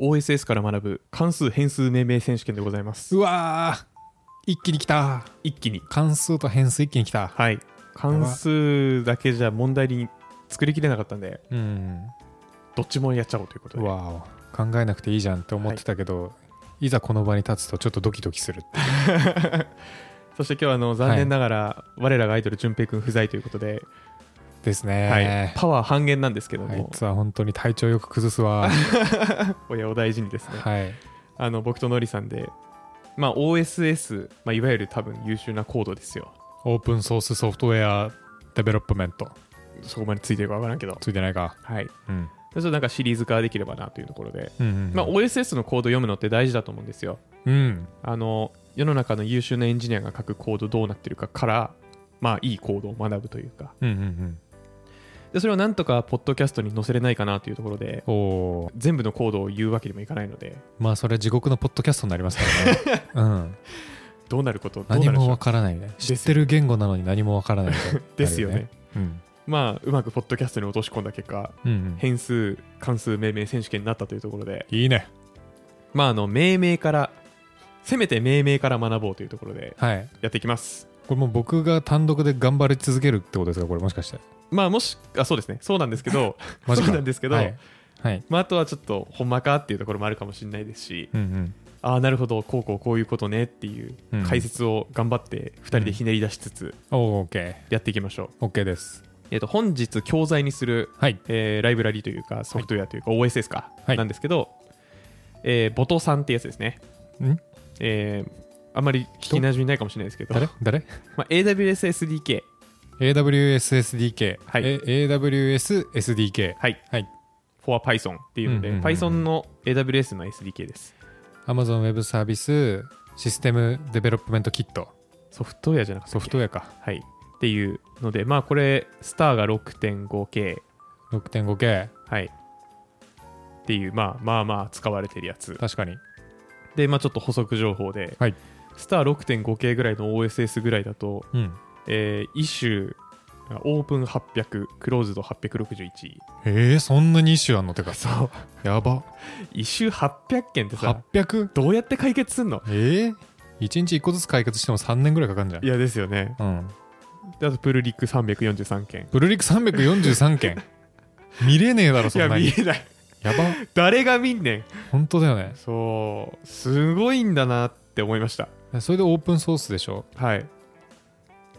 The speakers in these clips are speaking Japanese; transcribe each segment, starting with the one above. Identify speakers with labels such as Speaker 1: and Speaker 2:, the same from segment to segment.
Speaker 1: OSS から学ぶ関数変数命名選手権でございます
Speaker 2: うわー一気に来た
Speaker 1: 一気に
Speaker 2: 関数と変数一気に来た
Speaker 1: はい関数だけじゃ問題に作りきれなかったんで
Speaker 2: うん
Speaker 1: どっちもやっちゃおうということで
Speaker 2: わお考えなくていいじゃんって思ってたけど、い、ざこの場に立つとちょっとドキドキするって
Speaker 1: そして今日はあの残念ながら、我らがアイドル淳平くん不在ということで、
Speaker 2: です
Speaker 1: はい
Speaker 2: ね、、
Speaker 1: パワー半減なんですけど
Speaker 2: あい
Speaker 1: も、
Speaker 2: つは本当に体調よく崩す わ
Speaker 1: おやお大事にですね、
Speaker 2: はい
Speaker 1: あの僕とノリさんで、まあ、OSS、まあ、いわゆる多分優秀なコードですよ
Speaker 2: オープンソースソフトウェアデベロップメント
Speaker 1: そこまでついてるか分からんけど
Speaker 2: ついてないか、
Speaker 1: はい
Speaker 2: うん、
Speaker 1: それとなんかシリーズ化できればなというところで、
Speaker 2: うんうんうん
Speaker 1: まあ、OSS のコード読むのって大事だと思うんですよ
Speaker 2: うん
Speaker 1: あの世の中の優秀なエンジニアが書くコードどうなってるかからまあいいコードを学ぶというか
Speaker 2: うんうん
Speaker 1: でそれをなんとかポッドキャストに載せれないかなというところで
Speaker 2: うんおー
Speaker 1: 全部のコードを言うわけにもいかないので
Speaker 2: まあそれは地獄のポッドキャストになりますから ね、うん、
Speaker 1: どうなることどう
Speaker 2: 何
Speaker 1: なるでし
Speaker 2: も
Speaker 1: ょ
Speaker 2: わ
Speaker 1: う
Speaker 2: からないね
Speaker 1: すよ
Speaker 2: 知ってる言語なのに何もわからないみたいな
Speaker 1: ですよね
Speaker 2: うん
Speaker 1: まあうまくポッドキャストに落とし込んだ結果
Speaker 2: うん
Speaker 1: 変数関数命名選手権になったというところで
Speaker 2: うん、いいね
Speaker 1: まああの命名からせめて命名から学ぼうというところで
Speaker 2: はい
Speaker 1: やっていきます
Speaker 2: これもう僕が単独で頑張り続けるってことですかこれもしかして
Speaker 1: まあもしあそうですねそうなんですけど
Speaker 2: マジか
Speaker 1: そうなんですけど
Speaker 2: はい、はい
Speaker 1: まああとはちょっとほんまかっていうところもあるかもしれないですし
Speaker 2: うんうん、
Speaker 1: ああなるほどこうこうこういうことねっていう
Speaker 2: うん
Speaker 1: 解説を頑張って2人でひねり出しつつ
Speaker 2: おー OK
Speaker 1: やっていきましょう、
Speaker 2: OK です
Speaker 1: えっと本日教材にする、
Speaker 2: はい
Speaker 1: えーライブラリというかソフトウェアというか OSS か、
Speaker 2: はい
Speaker 1: なんですけど、えーボトさんってやつですね
Speaker 2: ん
Speaker 1: えーあんまり聞きなじみないかもしれないですけど
Speaker 2: 誰誰
Speaker 1: まあ、AWSSDK
Speaker 2: ?AWSSDK、
Speaker 1: はい
Speaker 2: え AWSSDK
Speaker 1: はい
Speaker 2: はい、
Speaker 1: for Python っていうので、
Speaker 2: うんうんうんうん
Speaker 1: Python の AWS の SDK です
Speaker 2: Amazon Web サービスシステムデベロップメントキット
Speaker 1: ソフトウェアじゃなくて
Speaker 2: ソフトウェアか
Speaker 1: はいっていうのでまあこれスターが 6.5K
Speaker 2: 6.5K
Speaker 1: はいっていうまあまあまあ使われてるやつ
Speaker 2: 確かに
Speaker 1: でまあちょっと補足情報で、
Speaker 2: はい
Speaker 1: スター 6.5K ぐらいの OSS ぐらいだと、
Speaker 2: うん
Speaker 1: えー、イシューオープン800クローズド861
Speaker 2: えー、そんなにイシューあんのてか
Speaker 1: そう
Speaker 2: やば
Speaker 1: イシュー800件ってさ
Speaker 2: 800?
Speaker 1: どうやって解決すんの
Speaker 2: えー、1日1個ずつ解決しても3年ぐらいかかんじゃん
Speaker 1: いやですよね
Speaker 2: うん
Speaker 1: であとプルリック343件
Speaker 2: ブルリック343件見れねえだろ
Speaker 1: い
Speaker 2: そ
Speaker 1: や
Speaker 2: んな
Speaker 1: 見
Speaker 2: に
Speaker 1: えない
Speaker 2: やば
Speaker 1: 誰が見んね
Speaker 2: 本当だよね
Speaker 1: んそうすごいんだなって思いました
Speaker 2: それでオープンソースでしょ
Speaker 1: はい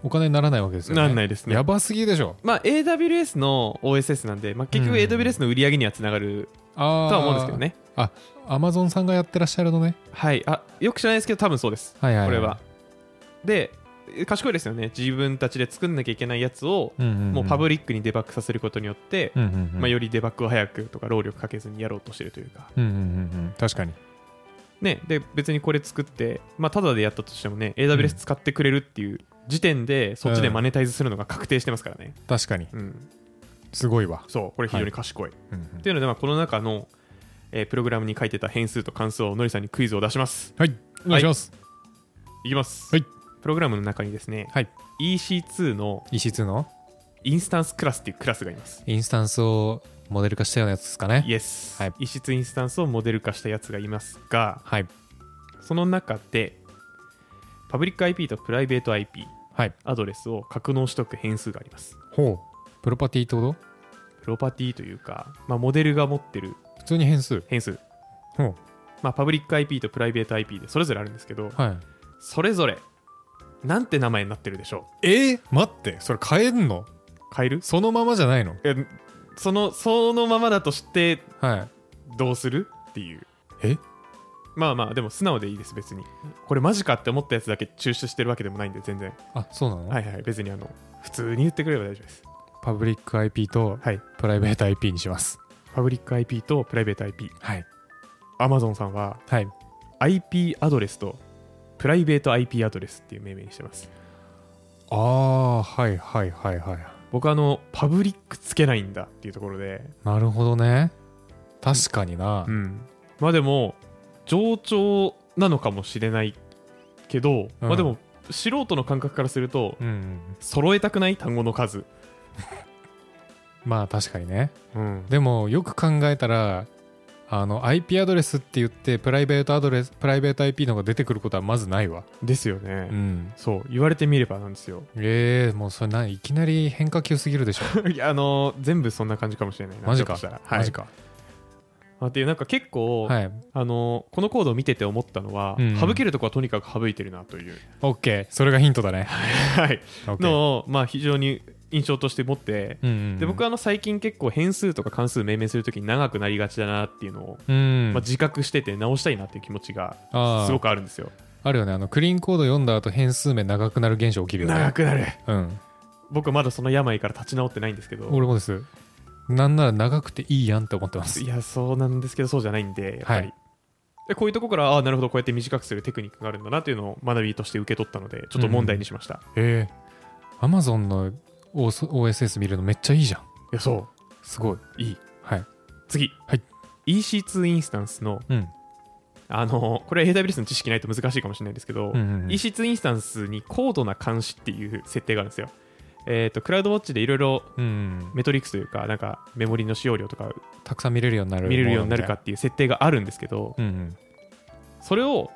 Speaker 2: お金にならないわけですよね
Speaker 1: なんないですね
Speaker 2: やばすぎでしょ
Speaker 1: まあ AWS の OSS なんで、まあ、結局
Speaker 2: うん
Speaker 1: AWS の売り上げにはつながる
Speaker 2: あ
Speaker 1: とは思うんですけどね
Speaker 2: アマゾンさんがやってらっしゃるのね
Speaker 1: はいあよく知らないですけど多分そうです
Speaker 2: はいはい
Speaker 1: こ
Speaker 2: い
Speaker 1: れはで賢いですよね自分たちで作んなきゃいけないやつを
Speaker 2: うんうんん
Speaker 1: もうパブリックにデバッグさせることによって、
Speaker 2: うんうんうん
Speaker 1: まあ、よりデバッグを早くとか労力かけずにやろうとしてるというか
Speaker 2: うんうんうんうん確かに
Speaker 1: ね、で別にこれ作って、まあ、ただでやったとしてもね AWS 使ってくれるっていう時点でそっちでマネタイズするのが確定してますからね、
Speaker 2: 確かに
Speaker 1: うん
Speaker 2: すごいわ
Speaker 1: そうこれ非常に賢い、
Speaker 2: うんうん
Speaker 1: っていうので、まあ、この中の、えープログラムに書いてた変数と関数をのりさんにクイズを出します
Speaker 2: はいお願いします
Speaker 1: いきます、
Speaker 2: はい
Speaker 1: プログラムの中にですね、
Speaker 2: はい
Speaker 1: EC2 の
Speaker 2: 石2の
Speaker 1: インスタンスクラスっていうクラスがいます
Speaker 2: インスタンスをモデル化したようなやつですかね
Speaker 1: イエス、
Speaker 2: はい
Speaker 1: 異質インスタンスをモデル化したやつがいますが
Speaker 2: はい
Speaker 1: その中でパブリック IP とプライベート IP
Speaker 2: はい
Speaker 1: アドレスを格納しとく変数があります
Speaker 2: ほうプロパティってこと
Speaker 1: プロパティというか、まあ、モデルが持ってる
Speaker 2: 普通に変数
Speaker 1: 変数、
Speaker 2: ほう
Speaker 1: まあ、パブリック IP とプライベート IP でそれぞれあるんですけど、
Speaker 2: はい
Speaker 1: それぞれなんて名前になってるでしょ
Speaker 2: えー、待ってそれ変えん
Speaker 1: う
Speaker 2: の
Speaker 1: 変える
Speaker 2: そのままじゃないの
Speaker 1: えそのそのままだとして
Speaker 2: はい
Speaker 1: どうするっていう
Speaker 2: え
Speaker 1: まあまあでも素直でいいです別にこれマジかって思ったやつだけ抽出してるわけでもないんで全然
Speaker 2: あそうなの、
Speaker 1: はいはい別にあの普通に言ってくれれば大丈夫です
Speaker 2: パブリック IP と
Speaker 1: はい
Speaker 2: プライベート IP にします
Speaker 1: パブリック IP とプライベート IP
Speaker 2: はい
Speaker 1: アマゾンさんは
Speaker 2: はい
Speaker 1: IP アドレスとプライベート IP アドレスっていう命名にしてます
Speaker 2: ああはいはいはいはい
Speaker 1: 僕あのパブリックつけないんだっていうところで
Speaker 2: なるほどね確かにな、
Speaker 1: うんまあでも冗長なのかもしれないけど、
Speaker 2: うん
Speaker 1: まあでも素人の感覚からすると
Speaker 2: うんうん
Speaker 1: 揃えたくない単語の数
Speaker 2: まあ確かにね
Speaker 1: うん
Speaker 2: でもよく考えたらあの IP アドレスって言ってプライベートアドレスプライベート IP のが出てくることはまずないわ
Speaker 1: ですよ
Speaker 2: う
Speaker 1: ね、
Speaker 2: ん
Speaker 1: そう言われてみればなんですよ
Speaker 2: えー、もうそれないいきなり変化球すぎるでしょ
Speaker 1: いやあの全部そんな感じかもしれないな
Speaker 2: マジか
Speaker 1: ひょっとしたら
Speaker 2: マジ
Speaker 1: はい
Speaker 2: か
Speaker 1: あっていうなんか結構、
Speaker 2: はい
Speaker 1: あのこのコードを見てて思ったのは、
Speaker 2: うん
Speaker 1: 省けるとこはとにかく省いてるなと いう、
Speaker 2: OK それがヒントだね
Speaker 1: はい、
Speaker 2: OK
Speaker 1: のを、まあ、非常に印象として持って、
Speaker 2: うんうん
Speaker 1: で僕はあの最近結構変数とか関数命名するときに長くなりがちだなっていうのを、
Speaker 2: うん
Speaker 1: まあ、自覚してて直したいなっていう気持ちが
Speaker 2: あー
Speaker 1: すごくあるんですよ
Speaker 2: あるよねあのクリーンコード読んだ後変数名長くなる現象起きるよね
Speaker 1: 長くなる
Speaker 2: うん
Speaker 1: 僕はまだその病から立ち直ってないんですけど
Speaker 2: 俺もですなんなら長くていいやんって思ってます
Speaker 1: いやそうなんですけどそうじゃないんでやっぱり、
Speaker 2: はい
Speaker 1: でこういうとこからああなるほどこうやって短くするテクニックがあるんだなというのを学びとして受け取ったのでちょっと問題にしました、
Speaker 2: えー、Amazon の OSS 見るのめっちゃいいじゃん
Speaker 1: いやそう
Speaker 2: すご
Speaker 1: い
Speaker 2: い
Speaker 1: い
Speaker 2: はい
Speaker 1: 次、
Speaker 2: はい
Speaker 1: EC2 インスタンスの
Speaker 2: うん
Speaker 1: あの これは AWS の知識ないと難しいかもしれないですけど、
Speaker 2: うんうんうん
Speaker 1: EC2 インスタンスに高度な監視っていう設定があるんですよえっ、とクラウドウォッチでいろいろ
Speaker 2: うん
Speaker 1: メトリックスというかなんかメモリの使用量とか
Speaker 2: たくさん見れるようになる
Speaker 1: 見れるようになるかっていう設定があるんですけど
Speaker 2: うん
Speaker 1: それを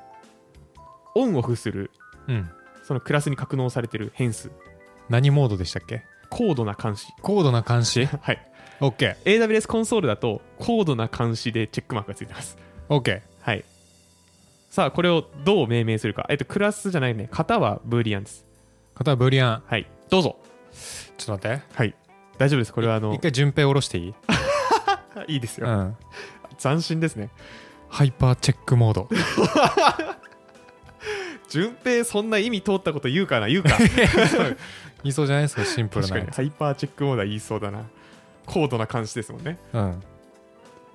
Speaker 1: オンオフする
Speaker 2: うん、うん、
Speaker 1: そのクラスに格納されてる変数
Speaker 2: 何モードでしたっけ
Speaker 1: 高度な監視
Speaker 2: 高度な監視
Speaker 1: はい
Speaker 2: ?OKOK、
Speaker 1: AWS コンソールだと高度な監視でチェックマークがついてますはい。さあ、これをどう命名するか。えっと、クラスじゃないね。型はブーリアンです。
Speaker 2: 方はブリアン
Speaker 1: はい。どうぞ。
Speaker 2: ちょっと待って
Speaker 1: はい。大丈夫です。これはあの、
Speaker 2: 一回順平下ろしていい、
Speaker 1: いいです
Speaker 2: う
Speaker 1: よ。
Speaker 2: ん、
Speaker 1: 斬新ですね。
Speaker 2: ハイパーチェックモード
Speaker 1: 順平、そんな意味通ったこと言うかな言うか。
Speaker 2: いそうじゃないですかシンプル
Speaker 1: 確か
Speaker 2: な
Speaker 1: に。
Speaker 2: やつ
Speaker 1: ハイパーチェックモードは言いそうだな。高度な監視ですもんね。
Speaker 2: うん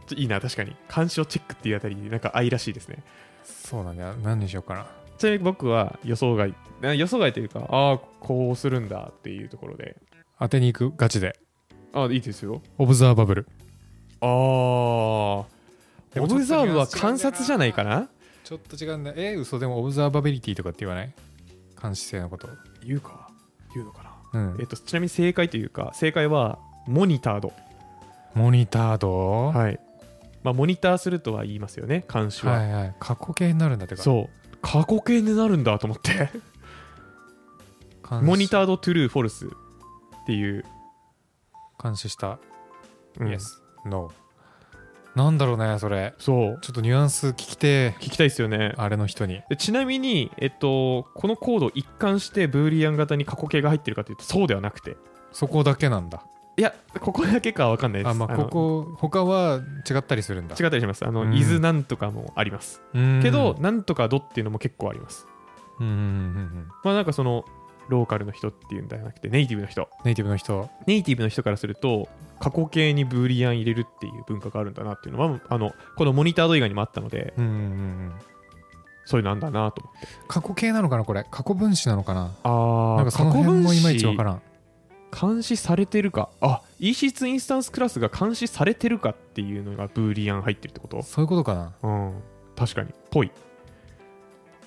Speaker 1: ちょいいな、確かに。監視をチェックっていうあたり、なんか愛らしいですね。
Speaker 2: そうなんだよ何にしようかな
Speaker 1: ちなみに僕は予想外、な予想外というか、ああ、こうするんだっていうところで。
Speaker 2: 当てに行くガチで
Speaker 1: ああ、いいですよ。
Speaker 2: オブザーバブル
Speaker 1: ああ。オ
Speaker 2: でもちょっと
Speaker 1: ブザーブは
Speaker 2: ニュアンス違うんだよ
Speaker 1: 観
Speaker 2: な
Speaker 1: 察じゃないかな
Speaker 2: ちょっと違うんだえ嘘でもオブザーバビリティとかって言わない監視性のこと
Speaker 1: 言うか言うのかな、
Speaker 2: うん
Speaker 1: えっとちなみに正解というか正解はモニタード
Speaker 2: モニタードはい
Speaker 1: はいまあモニターするとは言いますよね監視は、
Speaker 2: はい過去形になるんだってか
Speaker 1: そう過去形になるんだと思って モニ
Speaker 2: ー
Speaker 1: タードトゥルーフォルスっていう、
Speaker 2: 監視した、
Speaker 1: うん
Speaker 2: Yes No なんだろうねそれ
Speaker 1: そう
Speaker 2: ちょっとニュアンス聞きてえ
Speaker 1: 聞きたいですよね
Speaker 2: あれの人に
Speaker 1: でちなみに、えっと、このコードを一貫してブーリアン型に過去形が入ってるかというとそうではなくて
Speaker 2: そこだけなんだ
Speaker 1: いやここだけかは分かんないです
Speaker 2: あまあ
Speaker 1: あの
Speaker 2: ここ他は違ったりするんだ
Speaker 1: 違ったりしますあの、
Speaker 2: うん
Speaker 1: 伊豆なんとかもあります
Speaker 2: うん
Speaker 1: けど、なんとかドっていうのも結構あります
Speaker 2: うんうんうんうん
Speaker 1: まあなんかそのローカルの人っていうんじゃなくてネイティブの人
Speaker 2: ネイティブの人
Speaker 1: ネイティブの人からすると過去形にブーリアン入れるっていう文化があるんだなっていうのはあのこのモニタード以外にもあったので
Speaker 2: うんうんうん
Speaker 1: そういうのあんだなと思って
Speaker 2: 過去形なのかなこれ過去分子なのかな
Speaker 1: あ
Speaker 2: なんかその辺もいまいちわからん
Speaker 1: 監視されてるかあ EC2 インスタンスクラスが監視されてるかっていうのがブーリアン入ってるってこと
Speaker 2: そういうことかな
Speaker 1: うん確かにぽい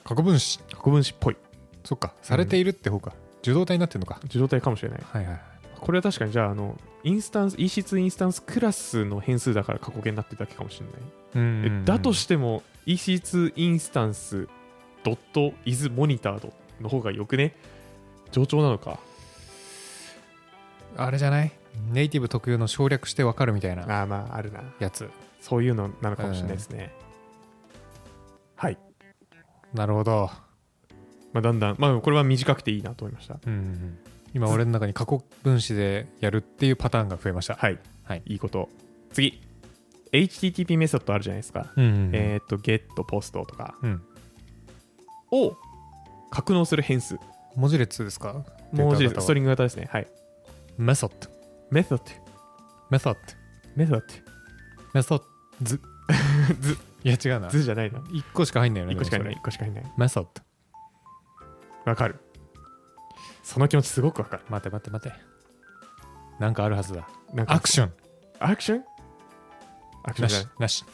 Speaker 2: 過去分子
Speaker 1: 過去分子っぽい
Speaker 2: そっかされているって方か、受動体になってるのか
Speaker 1: 受動体かもしれない
Speaker 2: はいはいはい
Speaker 1: これは確かにじゃああのインスタンス EC2 インスタンスクラスの変数だから過去形になってるだけかもしれない
Speaker 2: うんうん
Speaker 1: え
Speaker 2: うん
Speaker 1: だとしても EC2 インスタンスドットイズモニタードの方がよくね冗長なのか
Speaker 2: あれじゃないネイティブ特有の省略してわかるみたいな
Speaker 1: ああまああるな
Speaker 2: やつ
Speaker 1: そういうのなのかもしれないですね、はい、
Speaker 2: なるほど、
Speaker 1: まあ、だんだんまあこれは短くていいなと思いました
Speaker 2: うんうんうん今俺の中に過去分子でやるっていうパターンが増えました
Speaker 1: はい、
Speaker 2: はい
Speaker 1: いいこと次 HTTP メソッドあるじゃないですか、
Speaker 2: うんうんうん
Speaker 1: えっ、と get post とか
Speaker 2: うん
Speaker 1: を格納する変数
Speaker 2: 文字列ですか
Speaker 1: 文字
Speaker 2: デー
Speaker 1: 列
Speaker 2: タ
Speaker 1: ス
Speaker 2: 型
Speaker 1: ト
Speaker 2: は
Speaker 1: リング型ですねはい
Speaker 2: メソッド
Speaker 1: メソッド
Speaker 2: メソッド
Speaker 1: メソッ
Speaker 2: メソッド ズ
Speaker 1: ズ
Speaker 2: いや違
Speaker 1: ド
Speaker 2: うな
Speaker 1: 図じゃないな
Speaker 2: 1個しか入んないよね
Speaker 1: 1個しかいない
Speaker 2: でも
Speaker 1: 1個しかいない
Speaker 2: それメソッド
Speaker 1: わかるその気持ちすごくわかる
Speaker 2: 待て待て待てなんかあるはずだ
Speaker 1: なんか
Speaker 2: アクション
Speaker 1: アクションアクション
Speaker 2: な
Speaker 1: じゃ
Speaker 2: し
Speaker 1: ない
Speaker 2: なし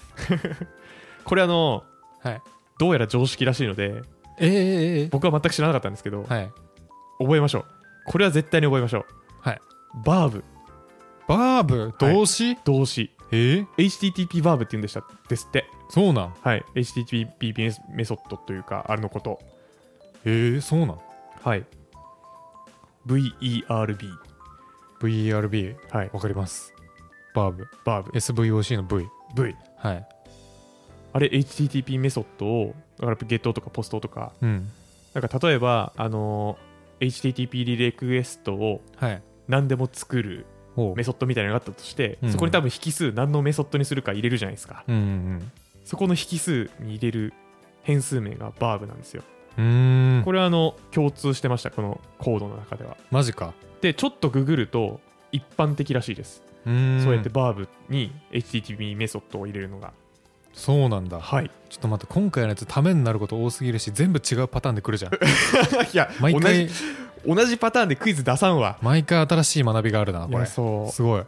Speaker 1: これあの
Speaker 2: はい
Speaker 1: どうやら常識らしいので
Speaker 2: えーえーえー
Speaker 1: 僕は全く知らなかったんですけど、
Speaker 2: はい
Speaker 1: 覚えましょうこれは絶対に覚えましょう
Speaker 2: はい
Speaker 1: バーブ
Speaker 2: バーブ動詞、
Speaker 1: 動詞
Speaker 2: えー
Speaker 1: HTTP バーブって言うんでしたですって
Speaker 2: そうなん
Speaker 1: はい、HTTP メソッドというか、あれのこと。
Speaker 2: えーそうなん
Speaker 1: はい。VERB。
Speaker 2: ?VERB
Speaker 1: はい。
Speaker 2: わかりますバーブ
Speaker 1: バー
Speaker 2: SVOC の V
Speaker 1: ブ。V。
Speaker 2: はい
Speaker 1: あれ、HTTP メソッドを、だからゲットとかポストとか、
Speaker 2: うん
Speaker 1: なんか例えば、あのー HTTP リレクエストを
Speaker 2: はい
Speaker 1: 何でも作る
Speaker 2: おう
Speaker 1: メソッドみたいなのがあったとして、
Speaker 2: うん
Speaker 1: そこに多分引数何のメソッドにするか入れるじゃないですか。
Speaker 2: うんうん
Speaker 1: そこの引数に入れる変数名がバーブなんですよ。
Speaker 2: うんうーん
Speaker 1: これはあの共通してました、このコードの中では。
Speaker 2: マジか
Speaker 1: で、ちょっとググると一般的らしいです。
Speaker 2: うーん
Speaker 1: そうやってバーブに HTTP メソッドを入れるのが。
Speaker 2: そうなんだ
Speaker 1: はい。
Speaker 2: ちょっと待って今回のやつためになること多すぎるし全部違うパターンで来る じゃん
Speaker 1: いや、
Speaker 2: 毎回
Speaker 1: 同じ、同じパターンでクイズ出さんわ。
Speaker 2: 毎回新しい学びがあるなこ
Speaker 1: いや
Speaker 2: れす
Speaker 1: そ。
Speaker 2: ごいう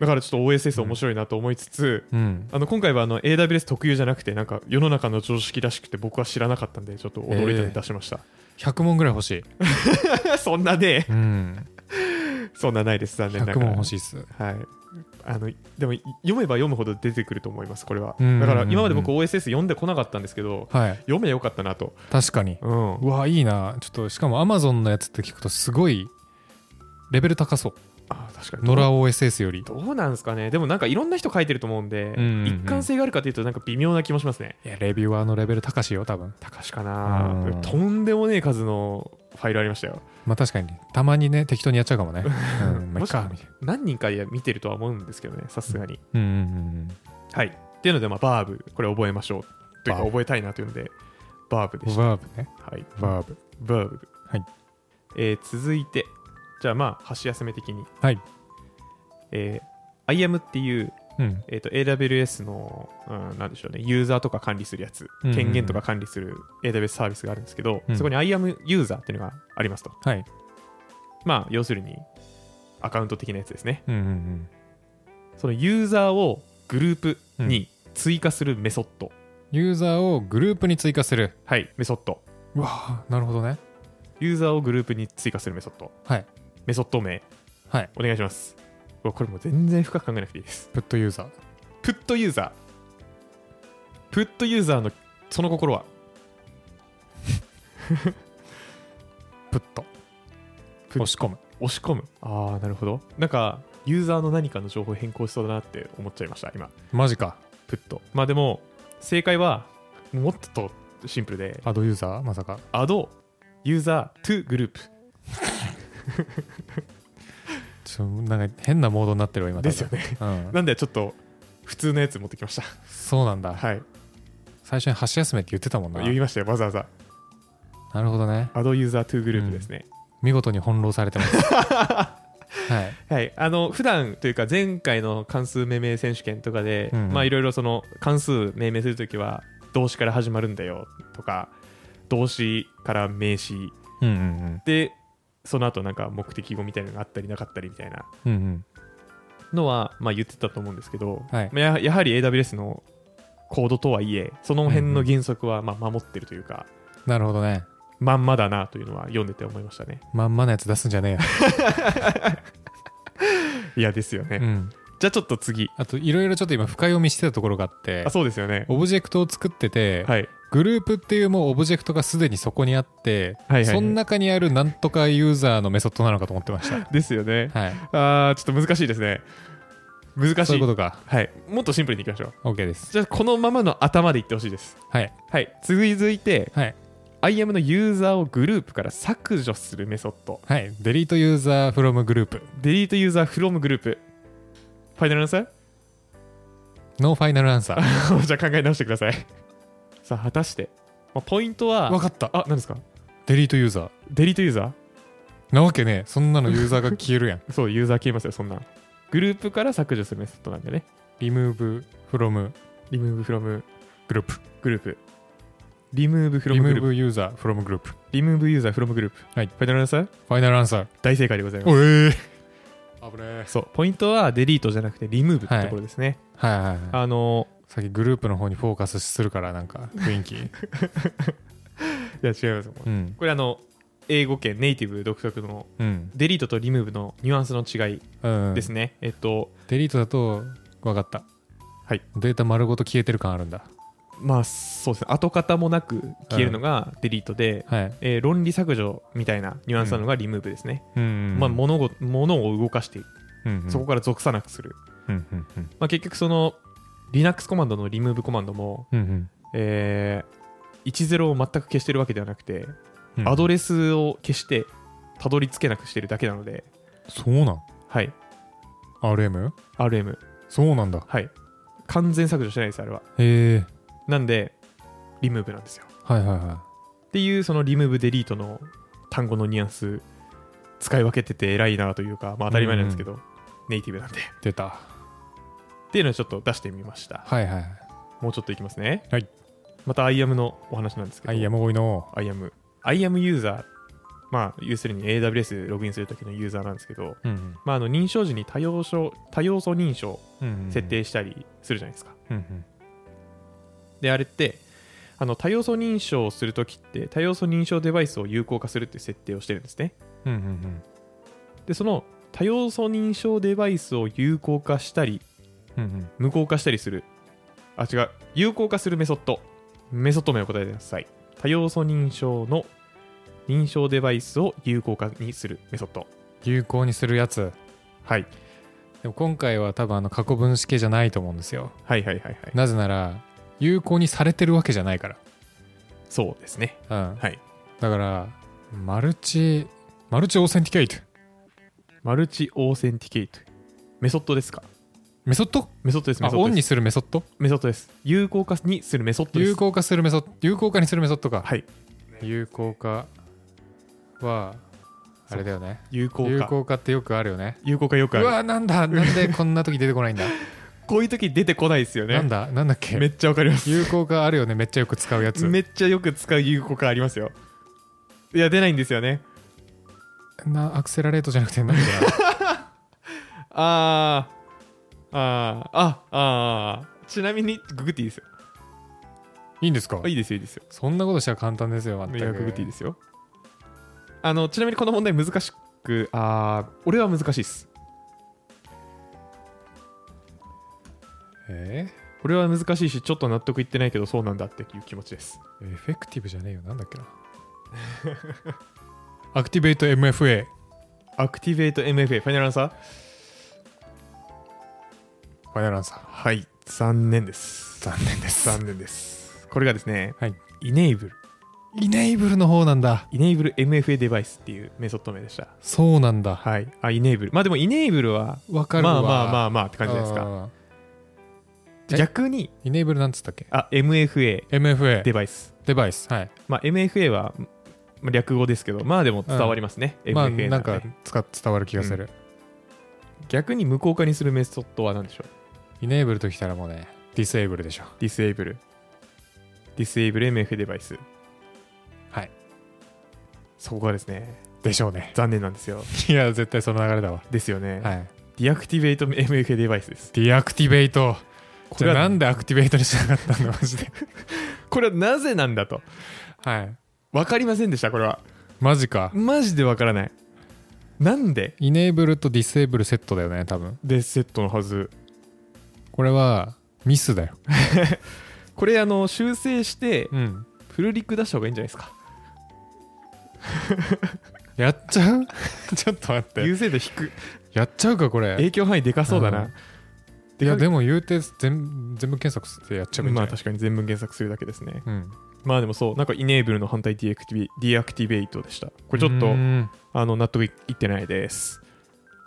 Speaker 1: だからちょっと OSS 面白いなと思いつつ、
Speaker 2: うん
Speaker 1: あの今回はあの AWS 特有じゃなくて、なんか世の中の常識らしくて僕は知らなかったんで、ちょっと驚いたので出しました。
Speaker 2: 100問ぐらい欲しい
Speaker 1: そんなね、
Speaker 2: うん
Speaker 1: そんなないです、残念な
Speaker 2: 100
Speaker 1: がら。
Speaker 2: 問欲しいっす
Speaker 1: はい。あのでも読めば読むほど出てくると思います、これは。
Speaker 2: うんうんうん
Speaker 1: だから今まで僕 OSS 読んでこなかったんですけど、
Speaker 2: はい
Speaker 1: 読めばよかったなと。
Speaker 2: 確かに
Speaker 1: うん
Speaker 2: う。わいいなちょっとしかも Amazon のやつって聞くとすごいレベル高そう
Speaker 1: あ確かに。
Speaker 2: ノラ OSS より
Speaker 1: どうなんですかねでもなんかいろんな人書いてると思うんで、
Speaker 2: うんうんうん
Speaker 1: 一貫性があるかというとなんか微妙な気もしますね
Speaker 2: いやレビュアーのレベル高しよ多分
Speaker 1: 高しかな
Speaker 2: うん
Speaker 1: とんでもねえ数のファイルありましたよ
Speaker 2: まあ確かにたまにね適当にやっちゃうか もねうんまあい
Speaker 1: も
Speaker 2: っ
Speaker 1: しか
Speaker 2: かみたいな
Speaker 1: 何人かで見てるとは思うんですけどねさすがに、
Speaker 2: うんうん
Speaker 1: はいっていうので、まあ、バーブこれ覚えましょうという
Speaker 2: バー
Speaker 1: か
Speaker 2: ブ
Speaker 1: 覚えたいなというのでバーブで
Speaker 2: うん
Speaker 1: した
Speaker 2: バーブね
Speaker 1: はい
Speaker 2: バーブ
Speaker 1: バーブ
Speaker 2: はい、
Speaker 1: えー続いてじゃあまあ箸休め的に
Speaker 2: はい
Speaker 1: えー IAM っていう
Speaker 2: うん
Speaker 1: えー、と AWS の、うん、なんでしょうね、ユーザーとか管理するやつ
Speaker 2: うんうんう、ん
Speaker 1: 権限とか管理する AWS サービスがあるんですけど、
Speaker 2: うん
Speaker 1: そこに IAM ユーザーっていうのがありますと。
Speaker 2: はい
Speaker 1: まあ、要するに、アカウント的なやつですね。
Speaker 2: うんうん
Speaker 1: そのユーザーをグループに追加するメソッド。
Speaker 2: うんユーザーをグループに追加する
Speaker 1: はい、メソッド。
Speaker 2: うわあなるほどね
Speaker 1: ユーザーをグループに追加するメソッド。
Speaker 2: はい
Speaker 1: メソッド名、
Speaker 2: はい
Speaker 1: お願いします。うわこれもう全然深く考えなくていいです。
Speaker 2: プットユーザー
Speaker 1: プットユーザー。プットユーザーのその心は、
Speaker 2: プット
Speaker 1: プッ
Speaker 2: 押し込む
Speaker 1: 押し込むああなるほどなんかユーザーの何かの情報変更しそうだなって思っちゃいました今
Speaker 2: マジか
Speaker 1: プッとまあでも正解はもっとシンプルで
Speaker 2: アドユーザーまさか
Speaker 1: add ユーザー to グループ
Speaker 2: ちょなんか変なモードになってるわ今多分
Speaker 1: ですよね
Speaker 2: うん、
Speaker 1: なんでちょっと普通のやつ持ってきました
Speaker 2: そうなんだ、
Speaker 1: はい
Speaker 2: 最初に箸休めって言ってたもんな
Speaker 1: 言いましたよわざわざ
Speaker 2: なるほどね
Speaker 1: add ユーザー to グループですね、
Speaker 2: 見事に翻弄されてます はい
Speaker 1: はいあの普段というか前回の関数命名選手権とかで、
Speaker 2: うん
Speaker 1: まあいろいろその関数命名するときは動詞から始まるんだよとか動詞から名詞
Speaker 2: うんうん
Speaker 1: でその後なんか目的語みたいなのがあったりなかったりみたいな
Speaker 2: うんうん
Speaker 1: のはまあ言ってたと思うんですけど、
Speaker 2: はい
Speaker 1: まあややはり AWS のコードとはいえその辺の原則はまあ守ってるというか、
Speaker 2: なるほどね
Speaker 1: まんまだなというのは読んでて思いましたね
Speaker 2: まんまのやつ出すんじゃねえよ、
Speaker 1: いやですよね、
Speaker 2: うん、
Speaker 1: じゃあちょっと次
Speaker 2: あといろいろちょっと今深読みしてたところがあって
Speaker 1: あそうですよね
Speaker 2: オブジェクトを作ってて、
Speaker 1: はい
Speaker 2: グループっていうもうオブジェクトがすでにそこにあって、
Speaker 1: はいはいはい
Speaker 2: その中にあるなんとかユーザーのメソッドなのかと思って ました
Speaker 1: ですよね
Speaker 2: はい
Speaker 1: あーちょっと難しいですね難しい
Speaker 2: そういうことか
Speaker 1: はいもっとシンプルにいきましょう
Speaker 2: OK です
Speaker 1: じゃあこのままの頭でいってほしいです
Speaker 2: はい
Speaker 1: はい続いて
Speaker 2: はい
Speaker 1: IAM のユーザーをグループから削除するメソッド
Speaker 2: はいデリートユーザーフロムグループ
Speaker 1: Delete user from group ファイナルアンサー
Speaker 2: ノーファイナルアンサー
Speaker 1: じゃあ考え直してください。 さあ、果たして。まあ、ポイントは、
Speaker 2: わかっ た
Speaker 1: あ、何ですか
Speaker 2: デリートユーザー
Speaker 1: デリートユーザ
Speaker 2: なわけねえそんなのユーザーが消えるやん
Speaker 1: ーそう、ユーザー消えますよ、そんなん。グループから削除するメソッドなんでね。
Speaker 2: リムーブフロム
Speaker 1: remove from
Speaker 2: グループ
Speaker 1: グループ。remove
Speaker 2: リ
Speaker 1: from
Speaker 2: ム
Speaker 1: グル
Speaker 2: ー
Speaker 1: ープ。
Speaker 2: ブユーザーフロムグループフ
Speaker 1: remove user from グループ。
Speaker 2: はい
Speaker 1: ファイナルアンサー
Speaker 2: ァイナルアンサー
Speaker 1: 大正解でございます。
Speaker 2: おえー、危ねえ
Speaker 1: そう、ポイントはデリートじゃなくて remove ってところですね。
Speaker 2: はいはいはい
Speaker 1: あの
Speaker 2: さっきグループの方にフォーカスするからなんか雰囲 気
Speaker 1: ー、いや違います。こ
Speaker 2: うん
Speaker 1: れあの、英語圏ネイティブ独特の
Speaker 2: うん
Speaker 1: デリートと remove のニュアンスの違い
Speaker 2: うん
Speaker 1: ですね。えっと、
Speaker 2: デリートだとわかった
Speaker 1: はい
Speaker 2: データ丸ごと消えてる感あるんだ
Speaker 1: まあそうですね跡形もなく消えるのがデリートで、
Speaker 2: はい
Speaker 1: えー論理削除みたいなニュアンスなのがリムーブですね、
Speaker 2: うんうん
Speaker 1: まあ、物ご物を動かして
Speaker 2: うんうん
Speaker 1: そこから属さなくする、
Speaker 2: うんうんうん
Speaker 1: まあ、結局その Linux コマンドのリムーブコマンドも、
Speaker 2: うんうん
Speaker 1: えー10を全く消してるわけではなくて、
Speaker 2: うん
Speaker 1: アドレスを消してたどり着けなくしてるだけなので
Speaker 2: そうなん
Speaker 1: はい
Speaker 2: RM?
Speaker 1: RM
Speaker 2: そうなんだ
Speaker 1: はい完全削除してないですあれは
Speaker 2: へえ
Speaker 1: なんでリムーブなんですよ
Speaker 2: はいはいは
Speaker 1: っていうそのリムーブデリートの単語のニュアンス使い分けてて偉いなというか、まあ、当たり前なんですけど、ネイティブなんで
Speaker 2: い出た
Speaker 1: っていうのをちょっと出してみました
Speaker 2: はいはい
Speaker 1: もうちょっといきますね
Speaker 2: はい
Speaker 1: また IAM のお話なんですけど
Speaker 2: はい山越えの
Speaker 1: IAM IAM ユーザーまあ要するに AWS ログインするときのユーザーなんですけど
Speaker 2: うん
Speaker 1: まあ、あの認証時に多要素多要素認証
Speaker 2: うん
Speaker 1: 設定したりするじゃないですか。
Speaker 2: うんうん
Speaker 1: で、あれって、あの多要素認証をするときって、多要素認証デバイスを有効化するっていう設定をしてるんですね。
Speaker 2: うんうん
Speaker 1: で、その多要素認証デバイスを有効化したり、
Speaker 2: うんうん
Speaker 1: 無効化したりする。あ、違う。有効化するメソッド。メソッド名を答えてください。多要素認証の認証デバイスを有効化にするメソッド。
Speaker 2: 有効にするやつ
Speaker 1: はい。
Speaker 2: でも今回は多分あの過去分子系じゃないと思うんですよ
Speaker 1: はいはいはいはい。
Speaker 2: なぜなら有効にされてるわけじゃないか
Speaker 1: そうですね。
Speaker 2: ら、うん、
Speaker 1: はい。
Speaker 2: だからマルチマルチオーセンティケイト
Speaker 1: マルチオーセンティケイト。メソッドですか
Speaker 2: メソッド
Speaker 1: メソッドです、メ
Speaker 2: あ
Speaker 1: ソッ
Speaker 2: オ
Speaker 1: ド
Speaker 2: ン
Speaker 1: で
Speaker 2: に
Speaker 1: す。
Speaker 2: するメソッド
Speaker 1: メソッドです。有効化にするメソッドです。
Speaker 2: 有効化するメソッド有効化にするメソッドか、
Speaker 1: はい。
Speaker 2: 有効化はあれだよね
Speaker 1: 有効化。
Speaker 2: 有
Speaker 1: 有効
Speaker 2: 効化ってよくあるよね
Speaker 1: 化よく
Speaker 2: う
Speaker 1: ある。
Speaker 2: わなんだなんでこんな時出てこな いんだ、
Speaker 1: こういう時出てこないですよね。
Speaker 2: なんだなんだっ
Speaker 1: め
Speaker 2: け
Speaker 1: っちゃわかります。
Speaker 2: 有効化あるよねめっちゃよく使うやつ
Speaker 1: めっちゃよく使う有効化ありますよ。いや、出ないんですよね。
Speaker 2: なアクセラレートじゃなくてなんだ
Speaker 1: あー、あー、あ、あー。ちなみに、ググっていいですよ。
Speaker 2: いいんですか
Speaker 1: あいいですよ、いいですよ。
Speaker 2: そんなことしたら簡単ですよ
Speaker 1: い
Speaker 2: 全
Speaker 1: や、
Speaker 2: く
Speaker 1: ググっていいですよ。あの、ちなみにこの問題難しく、あー、俺は難しいです。
Speaker 2: え
Speaker 1: これは難しいし、ちょっと納得いってないけど、そうなんだっていう気持ちです。
Speaker 2: ーエフェクティブじゃねえよなんだっけな アクティベート MFA フ
Speaker 1: アクティベート MFA、ファイナルアンサー
Speaker 2: ァイナルアンサー
Speaker 1: はい、残念です。
Speaker 2: 残念です
Speaker 1: 残念です。これがですね、
Speaker 2: はい
Speaker 1: イネイブル。
Speaker 2: イネイブルの方なんだ
Speaker 1: イネイブル MFA デバイスっていうメソッド名でした。
Speaker 2: そうなんだ
Speaker 1: はい。あ、イネイブル。まあでも、イネイブルは、
Speaker 2: わか
Speaker 1: まあ
Speaker 2: るわ
Speaker 1: まあま
Speaker 2: あ
Speaker 1: あまあって感じじゃないですか。
Speaker 2: かえ
Speaker 1: 逆に、
Speaker 2: イネイブルなんつったっけ
Speaker 1: あ、MFA
Speaker 2: MFA
Speaker 1: デバイス。
Speaker 2: デバイスはい
Speaker 1: まあ、MFA はまあ略語ですけど、まあでも伝わりますね。
Speaker 2: まあ
Speaker 1: MFA
Speaker 2: なん
Speaker 1: で
Speaker 2: か使っ伝わる気がする、
Speaker 1: 逆に無効化にするメソッドは何でしょう
Speaker 2: イネイブルときたらもうねディセイブルでしょ
Speaker 1: ?Disable。Disable MFA デバイス。
Speaker 2: はい
Speaker 1: そこがですね、
Speaker 2: でしょうね
Speaker 1: 残念なんですよ。
Speaker 2: いや絶対その流れだわ
Speaker 1: ですよね。
Speaker 2: はい
Speaker 1: ディアクティベート MFA デバイスです。
Speaker 2: ディアクティベート
Speaker 1: こ
Speaker 2: じ
Speaker 1: れ
Speaker 2: ゃあな
Speaker 1: は
Speaker 2: んでアクティベートにしなかったんだマジで
Speaker 1: これはなぜなんだと。
Speaker 2: はい
Speaker 1: わかりませんでした、これは。
Speaker 2: マジか
Speaker 1: マジでわからない。なんで
Speaker 2: イネイブルとディセイブルセットだよね多分
Speaker 1: でセットのはず。
Speaker 2: これはミスだよ
Speaker 1: これ、あの、修正して、
Speaker 2: うん
Speaker 1: フルリック出した方がいいんじゃないですか。
Speaker 2: やっちゃう ちょっと待って
Speaker 1: 優勢度低く。
Speaker 2: やっちゃうかこれ
Speaker 1: 影響範囲でかそうだ
Speaker 2: う
Speaker 1: な。
Speaker 2: いやで
Speaker 1: も、
Speaker 2: も言うて全全部検索してやっちゃえばいいんじ
Speaker 1: ま
Speaker 2: ゃ
Speaker 1: あ
Speaker 2: ない、
Speaker 1: 確かに全文検索するだけですね。
Speaker 2: うん、
Speaker 1: まあでもそう、なんかイネーブルの反対ディアクティビディアクティベートでした。これちょっ
Speaker 2: う
Speaker 1: と
Speaker 2: ーん
Speaker 1: あの納得いってないです。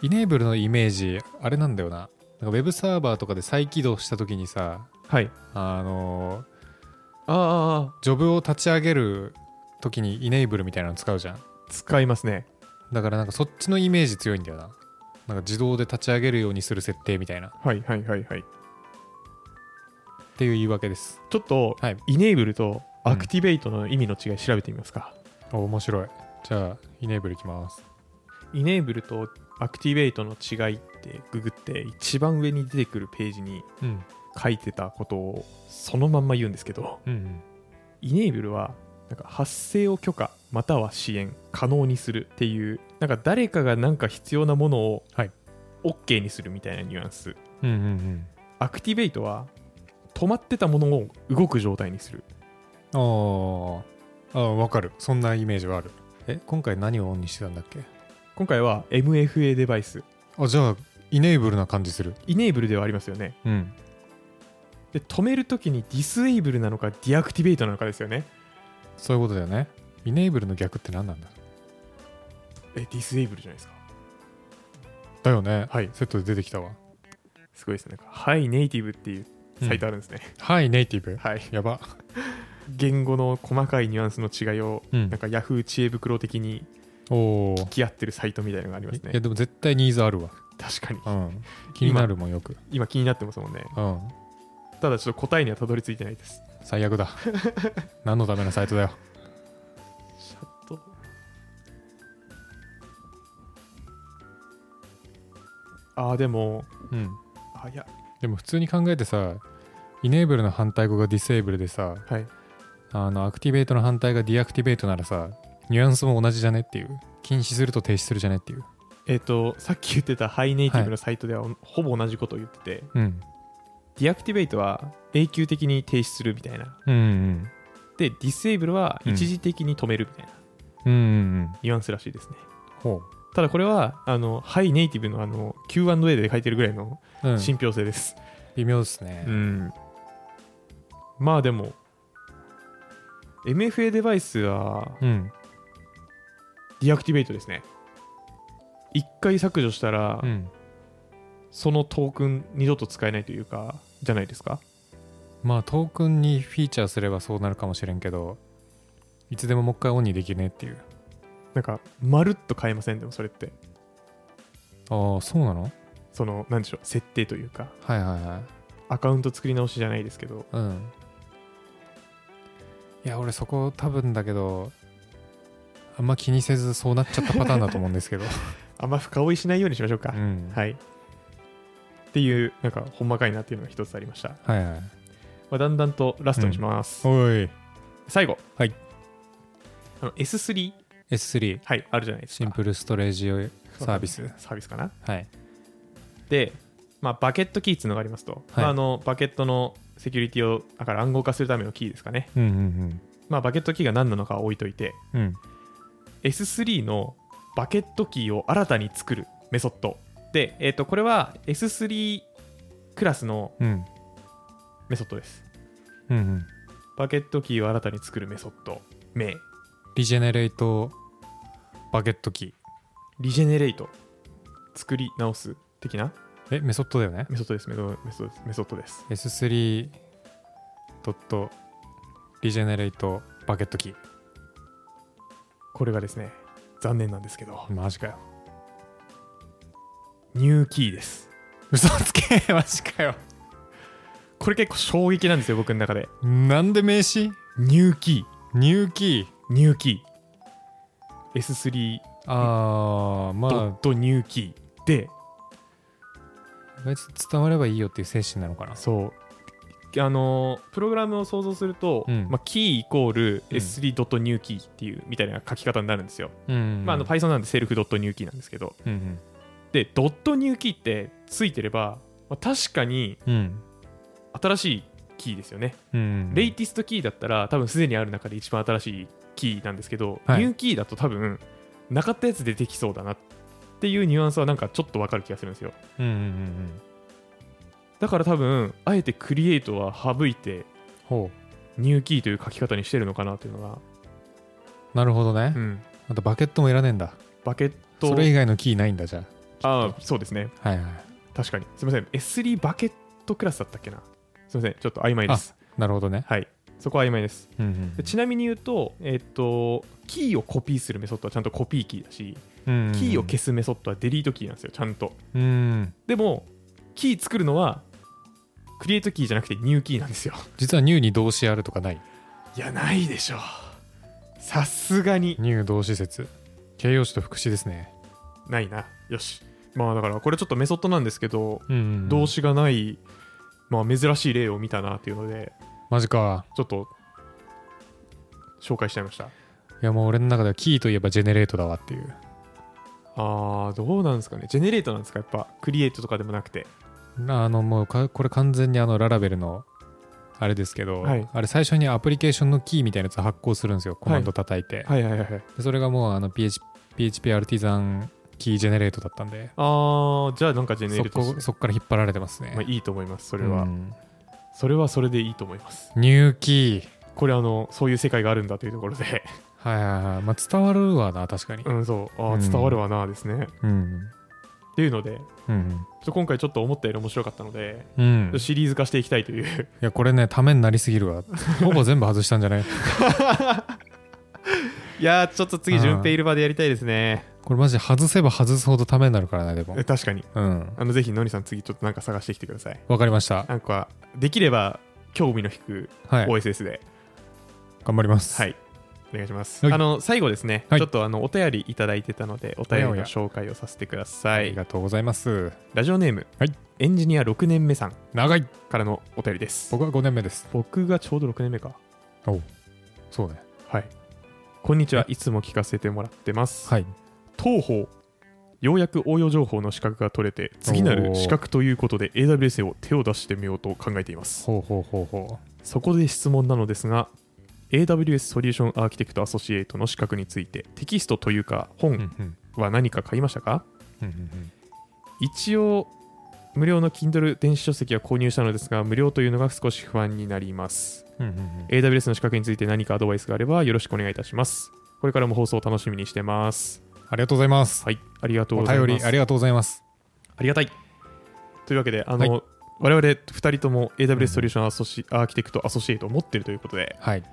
Speaker 2: イネーブルのイメージあれなんだよななんかウェブサーバーとかで再起動した時にさ
Speaker 1: はい。
Speaker 2: あの
Speaker 1: ああ、
Speaker 2: ジョブを立ち上げる時にイネーブルみたいなの使うじゃん
Speaker 1: 使いますね。
Speaker 2: だからなんかそっちのイメージ強いんだよななんか自動で立ち上げるようにする設定みたいなっ
Speaker 1: はいはいはいはい。
Speaker 2: ていう言い訳です
Speaker 1: ちょっと、
Speaker 2: はい
Speaker 1: イネーブルとアクティベイトの意味の違い調べてみますか。
Speaker 2: お面白いじゃあイネーブルいきます
Speaker 1: イネーブルとアクティベイトの違いってググって一番上に出てくるページに
Speaker 2: うん
Speaker 1: 書いてたことをそのまんま言うんですけど、
Speaker 2: うん
Speaker 1: イネーブルはなんか発生を許可または支援可能にするっていうなんか誰かがなんか必要なものを
Speaker 2: はい
Speaker 1: OK にするみたいなニュアンス。
Speaker 2: うんうんうん
Speaker 1: アクティベイトは止まってたものを動く状態にする
Speaker 2: あああ分かるそんなイメージはあるえ今回何をオンにしてたんだっけ
Speaker 1: 今回は MFA デバイス
Speaker 2: あじゃあイネーブルな感じする
Speaker 1: イネーブルではありますよね
Speaker 2: うん
Speaker 1: で止めるときにディスエイブルなのかディアクティベイトなのかですよね
Speaker 2: そういうことだよねイネーブルの逆って何なんだ
Speaker 1: えディスエイブルじゃないですか
Speaker 2: だよね
Speaker 1: はい
Speaker 2: セットで出てきたわ
Speaker 1: すごいですねはいネイティブっていうサイトあるんですね、
Speaker 2: はいネイティブ
Speaker 1: はい
Speaker 2: やば
Speaker 1: 言語の細かいニュアンスの違いを、
Speaker 2: うん
Speaker 1: なんか Yahoo 知恵袋的に
Speaker 2: おお
Speaker 1: 気合ってるサイトみたいなのがあります
Speaker 2: いや
Speaker 1: ね
Speaker 2: でも絶対ニーズあるわ
Speaker 1: 確かに
Speaker 2: うん気になるもんよく
Speaker 1: 今気になってますもんね
Speaker 2: うん
Speaker 1: ただちょっと答えにはたどり着いてないです
Speaker 2: 最悪 だ何のためのサイトだよ
Speaker 1: シャットああでも
Speaker 2: うん
Speaker 1: あいや
Speaker 2: でも普通に考えてさイネーブルの反対語がディセーブルでさ
Speaker 1: はい
Speaker 2: あのアクティベートの反対がディアクティベートならさニュアンスも同じじゃねっていう禁止すると停止するじゃねっていう
Speaker 1: えっ、とさっき言ってたハイネイティブのサイトでは、ほぼ同じことを言ってて
Speaker 2: うん
Speaker 1: ディアクティベイトは永久的に停止するみたいな
Speaker 2: うんうん
Speaker 1: でディセイブルは
Speaker 2: うん
Speaker 1: 一時的に止めるみたいな
Speaker 2: うんうんうん
Speaker 1: ニュアンスらしいですね、
Speaker 2: ほ
Speaker 1: ただこれはあのハイネイティブのあの Q&A で書いてるぐらいの
Speaker 2: う、うん、
Speaker 1: 信憑性です、
Speaker 2: 微妙ですね、
Speaker 1: うんまあでも MFA デバイスは
Speaker 2: うん
Speaker 1: ディアクティベイトですね一回削除したら、
Speaker 2: うん
Speaker 1: そのトークン二度と使えないというかじゃないですか
Speaker 2: まあトークンにフィーチャーすればそうなるかもしれんけどいつでももう一回オンにできるねっていう
Speaker 1: なんかまるっと変えませんでもそれって
Speaker 2: ああそうなの
Speaker 1: そのなんでしょう設定というか
Speaker 2: はいはいはい
Speaker 1: アカウント作り直しじゃないですけど
Speaker 2: うんいや俺そこ多分だけどあんま気にせずそうなっちゃったパターンだと思うんですけど、
Speaker 1: あんま深追いしないようにしましょうか
Speaker 2: う、ん、
Speaker 1: はいっていうなんかほんまかいなっていうのが一つありました、ま
Speaker 2: はいはい
Speaker 1: あ、だんだんとラストにします、
Speaker 2: おい
Speaker 1: 最後
Speaker 2: はい
Speaker 1: あの S3
Speaker 2: S3
Speaker 1: はいあるじゃないですか
Speaker 2: シンプルストレージサービス
Speaker 1: サービスかな
Speaker 2: はい
Speaker 1: で、まあ、バケットキーっていうのがありますと、まあ、あのバケットのセキュリティをだから暗号化するためのキーですかね、
Speaker 2: うんうん
Speaker 1: まあ、バケットキーが何なのかは置いといて
Speaker 2: うんうん
Speaker 1: S3 のバケットキーを新たに作るメソッドで、えー、とこれは S3 クラスの
Speaker 2: うん
Speaker 1: メソッドです
Speaker 2: うんうん
Speaker 1: バケットキーを新たに作るメソッド名
Speaker 2: リジェネレートバケットキー
Speaker 1: リジェネレート作り直す的な
Speaker 2: えメソッドだよね
Speaker 1: メソッドですメソメソッドですメソッドです
Speaker 2: S3 ドットリジェネレートバケットキー
Speaker 1: これがですね残念なんですけど
Speaker 2: マジかよ
Speaker 1: ニューキーです
Speaker 2: 嘘つけマジかよ
Speaker 1: これ結構衝撃なんですよ僕の中で
Speaker 2: なんで名刺
Speaker 1: ニューキ
Speaker 2: ニューキ
Speaker 1: ー
Speaker 2: ー
Speaker 1: ニューキー S3
Speaker 2: あー
Speaker 1: ド
Speaker 2: ま
Speaker 1: ットニューキーで
Speaker 2: あ別に伝わればいいよっていう精神なのかな
Speaker 1: そうあのープログラムを想像すると、
Speaker 2: うん
Speaker 1: まあ、キーイコール
Speaker 2: うん
Speaker 1: S3 ドットニューキーっていうみたいな書き方になるんですよ、
Speaker 2: うん
Speaker 1: まあ、あの Python なんでセルフドットニューキーなんですけど
Speaker 2: うん
Speaker 1: でドットニューキーってついてれば、まあ、確かに
Speaker 2: うんうん
Speaker 1: 新しいキーですよね、
Speaker 2: うん
Speaker 1: レイティストキーだったら多分すでにある中で一番新しいキーなんですけど、
Speaker 2: はい
Speaker 1: ニューキーだと多分なかったやつ出てきそうだなっていうニュアンスはなんかちょっとわかる気がするんですよ
Speaker 2: うんうんうんうん
Speaker 1: だから多分あえてクリエイトは省いて
Speaker 2: ほ
Speaker 1: ニューキーという書き方にしてるのかなというのが、
Speaker 2: うなるほどね、
Speaker 1: うん
Speaker 2: あとバケットもいらねえんだ
Speaker 1: バケット
Speaker 2: それ以外のキーないんだじゃ
Speaker 1: ああそうですね
Speaker 2: あはいはい
Speaker 1: 確かにすいません S3 バケットクラスだったっけなすいませんちょっと曖昧です
Speaker 2: なるほどね
Speaker 1: はいそこは曖昧です
Speaker 2: うん
Speaker 1: でちなみに言うとえっ、とキーをコピーするメソッドはちゃんとコピーキーだし、
Speaker 2: うんうん
Speaker 1: キーを消すメソッドはデリートキーなんですよちゃんと
Speaker 2: うん
Speaker 1: でも、キー作るのは、クリエイトキーじゃなくてニューキーなんですよ。
Speaker 2: 実はニューに動詞あるとかない
Speaker 1: いや、ないでしょう。さすがに。
Speaker 2: ニュー動詞説形容詞と副詞ですね
Speaker 1: ないな。よし。まあだから、これちょっとメソッドなんですけど、
Speaker 2: うんうんうん
Speaker 1: 動詞がない、まあ珍しい例を見たなっていうので、
Speaker 2: マジか
Speaker 1: ちょっと、紹介しちゃいました。
Speaker 2: いやもう俺の中ではキーといえばジェネレートだわっていう
Speaker 1: あー、どうなんですかね。ジェネレートなんですか、やっぱ。クリエイトとかでもなくて。
Speaker 2: あのもうかこれ完全にあのララベルのあれですけど、
Speaker 1: はい
Speaker 2: あれ最初にアプリケーションのキーみたいなやつ発行するんですよコマンド叩いて、
Speaker 1: はいはいはいはい。
Speaker 2: でそれがもうあの PH PHP アルティザンキージェネレートだったんで
Speaker 1: あー、じゃあなんかジェネ
Speaker 2: そ
Speaker 1: レートし
Speaker 2: こ
Speaker 1: て
Speaker 2: そこから引っ張られてますね、
Speaker 1: まあ、いいと思います、それは、
Speaker 2: うん
Speaker 1: それはそれでいいと思います。
Speaker 2: ニューキー
Speaker 1: これ、あの、そういう世界があるんだというところで、
Speaker 2: はいはいはいまあ伝わるわな確かに
Speaker 1: うん、そう、あ
Speaker 2: う
Speaker 1: あ、
Speaker 2: ん
Speaker 1: 伝わるわな、ですね。
Speaker 2: うん
Speaker 1: っていうので、ちょ
Speaker 2: うん
Speaker 1: っと今回ちょっと思ったより面白かったので、
Speaker 2: うん、い
Speaker 1: シリーズ化していきたいという、
Speaker 2: やこれねためになりすぎる わほぼ全部外したんじゃない
Speaker 1: いやー、ちょっと次、順平いる場でやりたいですね。
Speaker 2: これマジ外せば外すほどためになるからねでも
Speaker 1: え確かに。
Speaker 2: うん
Speaker 1: あの、ぜひ、のりさん、次、ちょっとなんか探してきてください。
Speaker 2: わかりました
Speaker 1: なんか、できれば、興味の引く
Speaker 2: はい
Speaker 1: OSS で、
Speaker 2: 頑張ります
Speaker 1: はい。お願いします。
Speaker 2: はい
Speaker 1: あの、最後ですね、
Speaker 2: はい
Speaker 1: ちょっとあのお便りいただいてたので、お便りの紹介をさせてくださ
Speaker 2: あり
Speaker 1: い。
Speaker 2: がとうございます
Speaker 1: ラジオネーム、
Speaker 2: はい
Speaker 1: エンジニア6年目さん
Speaker 2: 長い
Speaker 1: からのお便りです。
Speaker 2: 僕は5年目です
Speaker 1: 僕がちょうど6年目か。
Speaker 2: そうね
Speaker 1: はい。こんにちは。いつも聞かせてもらってます。
Speaker 2: はい
Speaker 1: 東方。ようやく応用情報の資格が取れて、次なる資格ということで AWS を手を出してみようと考えています。
Speaker 2: ほうほうほうほ
Speaker 1: そこで質問なのですが AWS ソリューションアーキテクトアソシエイトの資格についてテキストというか
Speaker 2: ううん
Speaker 1: 本
Speaker 2: うん
Speaker 1: は何か買いましたか、
Speaker 2: うんうん
Speaker 1: 一応無料の Kindle 電子書籍は購入したのですが無料というのが少し不安になります
Speaker 2: うんうんうんうん
Speaker 1: AWS の資格について何かアドバイスがあればよろしくお願いいたしますこれからも放送を楽しみにしてます
Speaker 2: ありがとうございます
Speaker 1: はいありがとう
Speaker 2: お
Speaker 1: ござい
Speaker 2: 便
Speaker 1: ま
Speaker 2: り
Speaker 1: す
Speaker 2: ありがとうございます
Speaker 1: ありがたいというわけであの、
Speaker 2: は
Speaker 1: 我々2人とも
Speaker 2: うん
Speaker 1: AWS ソリューションアソシアーキテクトアソシエイトを持ってるということで
Speaker 2: はい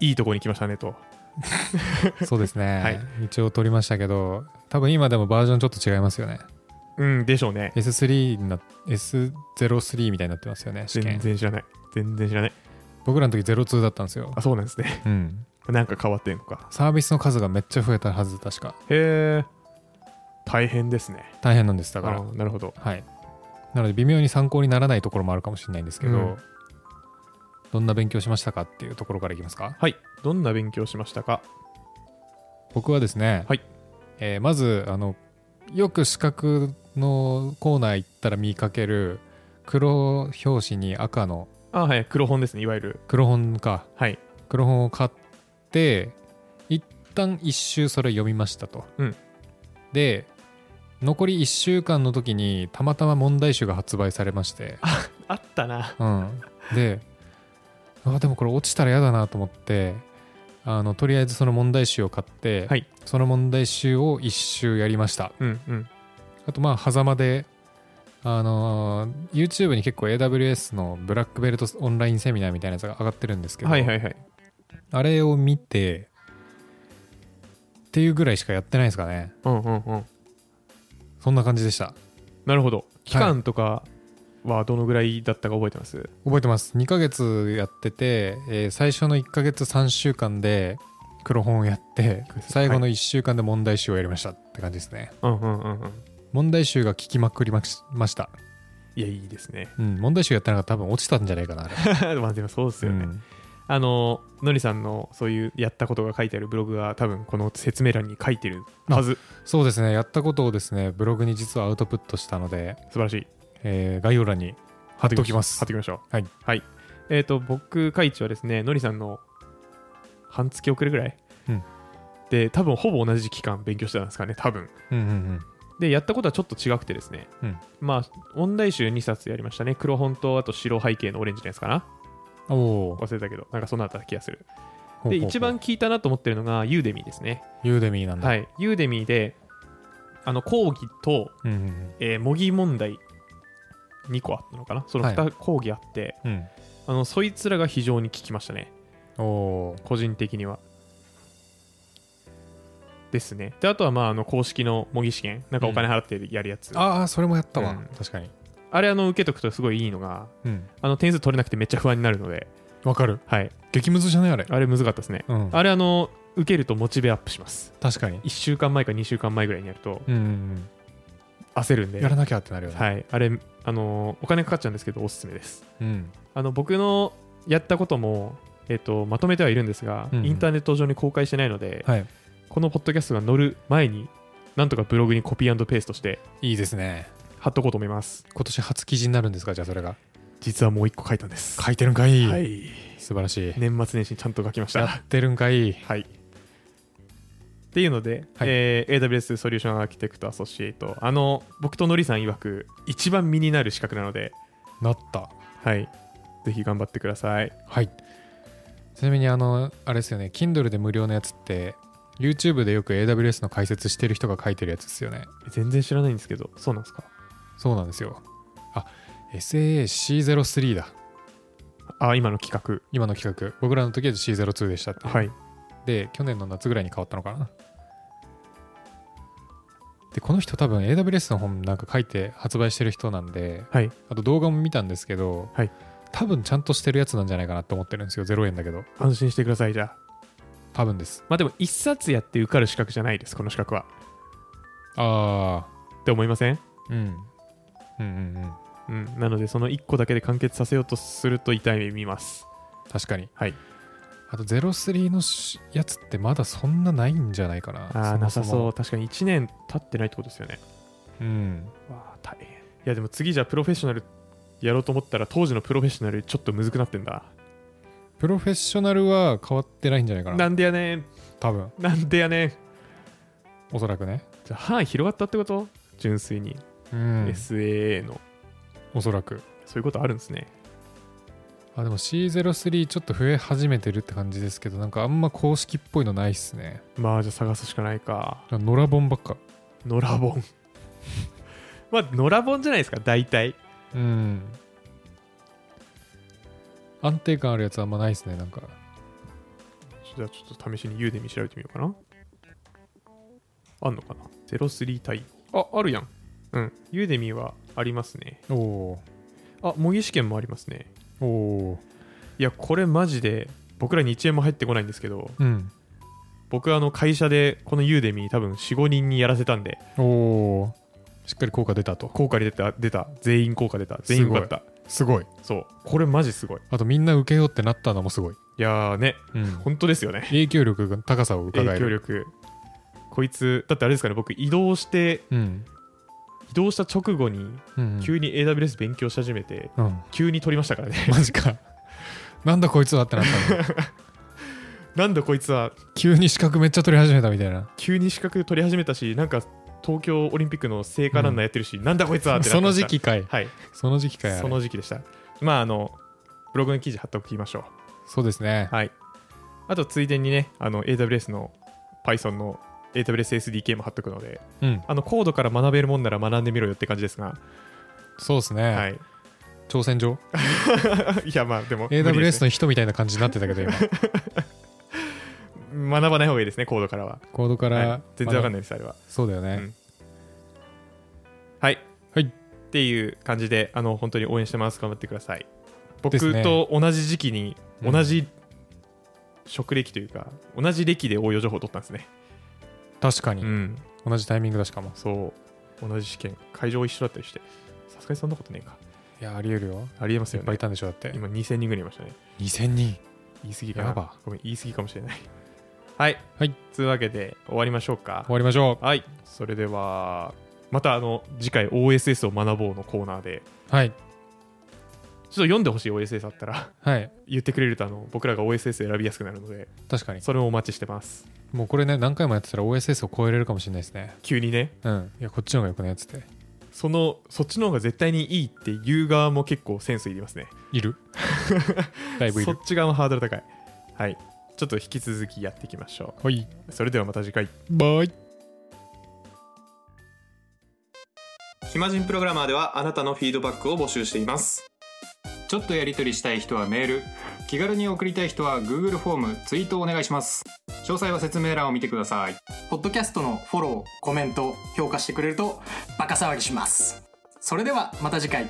Speaker 1: いいとこに来ましたねと
Speaker 2: そうですね、
Speaker 1: はい
Speaker 2: 一応取りましたけど多分今でもバージョンちょっと違いますよね
Speaker 1: うんでしょうね
Speaker 2: S3 にな S03 みたいになってますよね試
Speaker 1: 全
Speaker 2: 験
Speaker 1: 然知らない。全然知らない。
Speaker 2: 僕らの時02だったんですよ
Speaker 1: あ、、そうなんですね。
Speaker 2: うん、
Speaker 1: なんか変わってんのか。
Speaker 2: サービスの数がめっちゃ増えたはず確か
Speaker 1: へえ。大変ですね。
Speaker 2: 大変なんですだ
Speaker 1: だ
Speaker 2: か
Speaker 1: からら、なるほど。
Speaker 2: はいなので微妙に参考にならないところもあるかもしれないんですけど、
Speaker 1: うん
Speaker 2: どんな勉強しましたかっていうところからいきますか
Speaker 1: はい。どんな勉強しましたか
Speaker 2: 僕はですね、
Speaker 1: はい
Speaker 2: えーまずあのよく資格のコーナー行ったら見かける黒表紙に赤の
Speaker 1: あ、はい。黒本ですね。いわゆる。
Speaker 2: 黒本か
Speaker 1: はい。
Speaker 2: 黒本を買って一旦一周それ読みましたと、
Speaker 1: うん
Speaker 2: で残り1週間の時にたまたま問題集が発売されまして、
Speaker 1: あったな。
Speaker 2: うん、であでもこれ落ちたら嫌だなと思ってあのとりあえずその問題集を買って、
Speaker 1: はい
Speaker 2: その問題集を一周やりました
Speaker 1: うんうん。
Speaker 2: あとまあ狭間であのー YouTube に結構 AWS のブラックベルトオンラインセミナーみたいなやつが上がってるんですけど、
Speaker 1: はいはいはい。
Speaker 2: あれを見て、っていうぐらいしかやってないですかね。
Speaker 1: うんうんうん。
Speaker 2: そんな感じでした。
Speaker 1: なるほど。期間とかはどのぐらいだったか覚えてます、
Speaker 2: 覚えてます。2ヶ月やってて、えー最初の1ヶ月3週間で黒本をやって、最後の1週間で問題集をやりましたって感じですね。
Speaker 1: うんうんうんうん。
Speaker 2: 問題集が聞きまくりましました。
Speaker 1: いや、いいですね。
Speaker 2: うん、問題集やったら多分落ちたんじゃないかな、あ れ。
Speaker 1: まあでもそうですよね。
Speaker 2: うん
Speaker 1: あの、のりさんのそういうやったことが書いてあるブログが多分この説明欄に書いてるはず。
Speaker 2: そうですね、やったことをですね、ブログに実はアウトプットしたので、
Speaker 1: 素晴らしい。
Speaker 2: えー概要欄に貼っておきます
Speaker 1: 貼っ。ておきましょう。
Speaker 2: はい。
Speaker 1: えっ、と、僕、カイチはですね、のりさんの半月遅れぐらい、
Speaker 2: うん
Speaker 1: で、多分ほぼ同じ期間勉強してたんですかね、多分。
Speaker 2: うんうんうん。
Speaker 1: で、やったことはちょっと違くてですね、
Speaker 2: うん
Speaker 1: まあ、問題集2冊やりましたね。黒本と、あと白背景のオレンジのやつかな。
Speaker 2: おお。
Speaker 1: 忘れたけど、なんかそんなだった気がする。
Speaker 2: ほうほうほ
Speaker 1: で、
Speaker 2: う
Speaker 1: 一番聞いたなと思ってるのが、ユーデミーですね。
Speaker 2: ユーデミーなんだ。
Speaker 1: はい。ユーデミーで、あの、講義と、
Speaker 2: うんうん
Speaker 1: えー模擬問題2個あったのかな。その
Speaker 2: は
Speaker 1: 2講義あって、
Speaker 2: うん。
Speaker 1: あの、そいつらが非常に効きましたね。
Speaker 2: うん、おー
Speaker 1: 個人的には。ですね。で、あとは、まあ、あの公式の模擬試験、なんかお金払ってやるやつ。あ
Speaker 2: ああ、それもやったわ。
Speaker 1: うん
Speaker 2: 確かに。
Speaker 1: れ、あの、受けとくとすごいいいのが、
Speaker 2: うん。
Speaker 1: あの、点数取れなくてめっちゃ不安になるので、
Speaker 2: わかる。
Speaker 1: はい。
Speaker 2: 激ムズじゃないあれ。
Speaker 1: あれ、難かったですね。
Speaker 2: うん。
Speaker 1: あれ、あの、受けるとモチベアップします。
Speaker 2: 確かに。
Speaker 1: 1週間前か2週間前ぐらいにやると
Speaker 2: うんうん
Speaker 1: 焦るん
Speaker 2: う
Speaker 1: で
Speaker 2: ん。や、らなきゃってなるよね。
Speaker 1: はい。あれ、あの、お金かかっちゃうんですけど、おすすめです。
Speaker 2: うん。
Speaker 1: あの、僕のやったことも、えっと、まとめてはいるんですが、
Speaker 2: うんうん
Speaker 1: インターネット上に公開してないので、
Speaker 2: はい。
Speaker 1: このポッドキャストが載る前に、なんとかブログにコピーペーストして、
Speaker 2: いいですね。
Speaker 1: 貼っとこうと思います
Speaker 2: 今年初記事になるんですかじゃあそれが
Speaker 1: 実はもう一個書いたんです
Speaker 2: 書いてるんかい、
Speaker 1: はい
Speaker 2: 素晴らしい
Speaker 1: 年末年始にちゃんと書きまし
Speaker 2: や
Speaker 1: た
Speaker 2: ってるんかい
Speaker 1: はいっていうので、
Speaker 2: はい
Speaker 1: えー AWS ソリューションアーキテクトアソシエイトあの僕とのりさん曰く一番身になる資格なので
Speaker 2: なった
Speaker 1: はいぜひ頑張ってください
Speaker 2: はいちなみにあのあれですよね Kindle で無料のやつって YouTube でよく AWS の解説してる人が書いてるやつですよね
Speaker 1: 全然知らないんですけどそうなんですか
Speaker 2: そうなんですよあ SAAC03 だ
Speaker 1: あ今の企
Speaker 2: 今の企画僕らの時は C02 でしたって
Speaker 1: 画はい
Speaker 2: で去年の夏ぐらいに変わったのかなでこの人多分 AWS の本なんか書いて発売してる人なんで
Speaker 1: はい
Speaker 2: あと動画も見たんですけど、
Speaker 1: はい
Speaker 2: 多分ちゃんとしてるやつなんじゃないかなと思ってるんですよ0円だけど
Speaker 1: 安心してくださいじゃあ
Speaker 2: 多分です
Speaker 1: まあでも一冊やって受かる資格じゃないですこの資格は
Speaker 2: あ
Speaker 1: って思いません
Speaker 2: あうんうんうんうん
Speaker 1: うんなのでその1個だけで完結させようとすると痛い目見ます
Speaker 2: 確かに
Speaker 1: はい
Speaker 2: あと03のしやつってまだそんなないんじゃないかな
Speaker 1: ああ
Speaker 2: も
Speaker 1: なさ
Speaker 2: も
Speaker 1: そう確かに1年経ってないってことですよね
Speaker 2: うん
Speaker 1: わあ大変いやでも次じゃあプロフェッショナルやろうと思ったら当時のプロフェッショナルちょっとむずくなってんだ
Speaker 2: プロフェッショナルは変わってないんじゃないかな
Speaker 1: なんでやねん
Speaker 2: 多分
Speaker 1: なんでやねん
Speaker 2: おそらくね
Speaker 1: じゃあ範囲広がったってこと純粋に、
Speaker 2: うん
Speaker 1: SAA の
Speaker 2: おそらく
Speaker 1: そういうことあるんですね
Speaker 2: あでも C03 ちょっと増え始めてるって感じですけどなんかあんま公式っぽいのないっすね
Speaker 1: まあじゃあ探すしかないか
Speaker 2: ノラボンばっか
Speaker 1: 野良本 まあ野良本じゃないですか大体
Speaker 2: うん安定感あるやつあんまないっすねなんか
Speaker 1: じゃあちょっと試しに U で見調べてみようかなあんのかな03対応ああるやんうんユーデミはありますね
Speaker 2: おお
Speaker 1: あ模擬試験もありますね
Speaker 2: ーおお
Speaker 1: いやこれマジで僕らに1円も入ってこないんですけど
Speaker 2: うん
Speaker 1: 僕あの会社でこのユーデミ多分45人にやらせたんで
Speaker 2: おおしっかり効果出たと
Speaker 1: 効果に出た出た全員効果出た全員受かった
Speaker 2: すごい
Speaker 1: そうこれマジすごい
Speaker 2: あとみんな受けようってなったのもすごい、
Speaker 1: いやーね
Speaker 2: うん、
Speaker 1: 本当ですよね
Speaker 2: 影響力が高さを伺える
Speaker 1: 影響力こいつだってあれですかね僕移動して
Speaker 2: うん
Speaker 1: 移動した直後に
Speaker 2: うん
Speaker 1: 急に AWS 勉強し始めて、
Speaker 2: うん、
Speaker 1: 急に取りましたからね
Speaker 2: マジかなんだこいつはってなった の
Speaker 1: なんだこいつは
Speaker 2: 急に資格めっちゃ取り始めたみたいな
Speaker 1: 急に資格取り始めたしなんか東京オリンピックの聖火ランナーやってるし、なんだこいつはってなって
Speaker 2: そ
Speaker 1: ま
Speaker 2: の
Speaker 1: した
Speaker 2: 時期かい
Speaker 1: はい
Speaker 2: その時期かいあれ
Speaker 1: その時期でしたまああのブログの記事貼っておきましょ
Speaker 2: そうですね
Speaker 1: うはいあとついでにねあの AWS の Python の AWSSDK も貼っとくので
Speaker 2: うん
Speaker 1: あのコードから学べるもんなら学んでみろよって感じですが、
Speaker 2: そうですね、
Speaker 1: はい
Speaker 2: 挑戦状
Speaker 1: いやまあでも無理です
Speaker 2: AWS
Speaker 1: ね
Speaker 2: の人みたいな感じになってた けど今
Speaker 1: 学ばない方がいいですねコードからは、
Speaker 2: コードか
Speaker 1: は
Speaker 2: ら
Speaker 1: い、全然わかん
Speaker 2: な
Speaker 1: ない
Speaker 2: い
Speaker 1: ですあれは
Speaker 2: そうだよね、
Speaker 1: はい。
Speaker 2: はい
Speaker 1: っていう感じで、あの、本当に応援してます。頑張ってください。僕
Speaker 2: ですね
Speaker 1: と同じ時期に、
Speaker 2: うん
Speaker 1: 同じ職歴というか、同じ歴で応用情報を取ったんですね。
Speaker 2: 確かに、
Speaker 1: うん。
Speaker 2: 同じタイミングだしかも
Speaker 1: そう。同じ試験、会場一緒だったりして、さすがにそんなことねえか。
Speaker 2: いやありえるよ
Speaker 1: ありえます
Speaker 2: いっ
Speaker 1: よ
Speaker 2: ぱい
Speaker 1: ね
Speaker 2: い。たんでしょだって
Speaker 1: 今2000人ぐらいいましたね。
Speaker 2: 2000人
Speaker 1: 言い過ぎかな。
Speaker 2: やば
Speaker 1: ごめん、言い過ぎかもしれない。 はい。
Speaker 2: はい。
Speaker 1: つうわけで、終わりましょうか
Speaker 2: 終。わりましょ
Speaker 1: はい。それでは、またあの、次回 OSS を学ぼうのコーナーで、
Speaker 2: うはい
Speaker 1: ちょっと読んでほしい OSS あったら。
Speaker 2: はい
Speaker 1: 言ってくれるとあの僕らが OSS 選びやすくなるので
Speaker 2: 確かに
Speaker 1: それをお待ちしてます
Speaker 2: もうこれね何回もやってたら OSS を超えれるかもしれないですね
Speaker 1: 急にね
Speaker 2: うんいやこっちの方がよくないやつって
Speaker 1: そのそっちの方が絶対にいいっていう側も結構センスいりますね
Speaker 2: いるだいぶい
Speaker 1: そ
Speaker 2: る
Speaker 1: っち側もハードル高いはいちょっと引き続きやっていきましょ
Speaker 2: はい。
Speaker 1: うそれではまた次回
Speaker 2: バイ。
Speaker 1: 暇人プログラマーではあなたのフィードバックを募集しています
Speaker 3: ちょっとやり取りしたい人はメール気軽に送りたい人は Google フォームツイートをお願いします詳細は説明欄を見てください
Speaker 4: ポッドキャストのフォロー、コメント、評価してくれるとバカ騒ぎします。それではまた次回。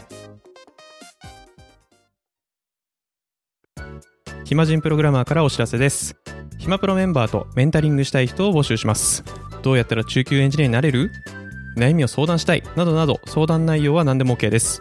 Speaker 5: 暇人プログラマーからお知らせです暇プロメンバーとメンタリングしたい人を募集しますどうやったら中級エンジニアになれる悩みを相談したいなどなど相談内容は何でも OK です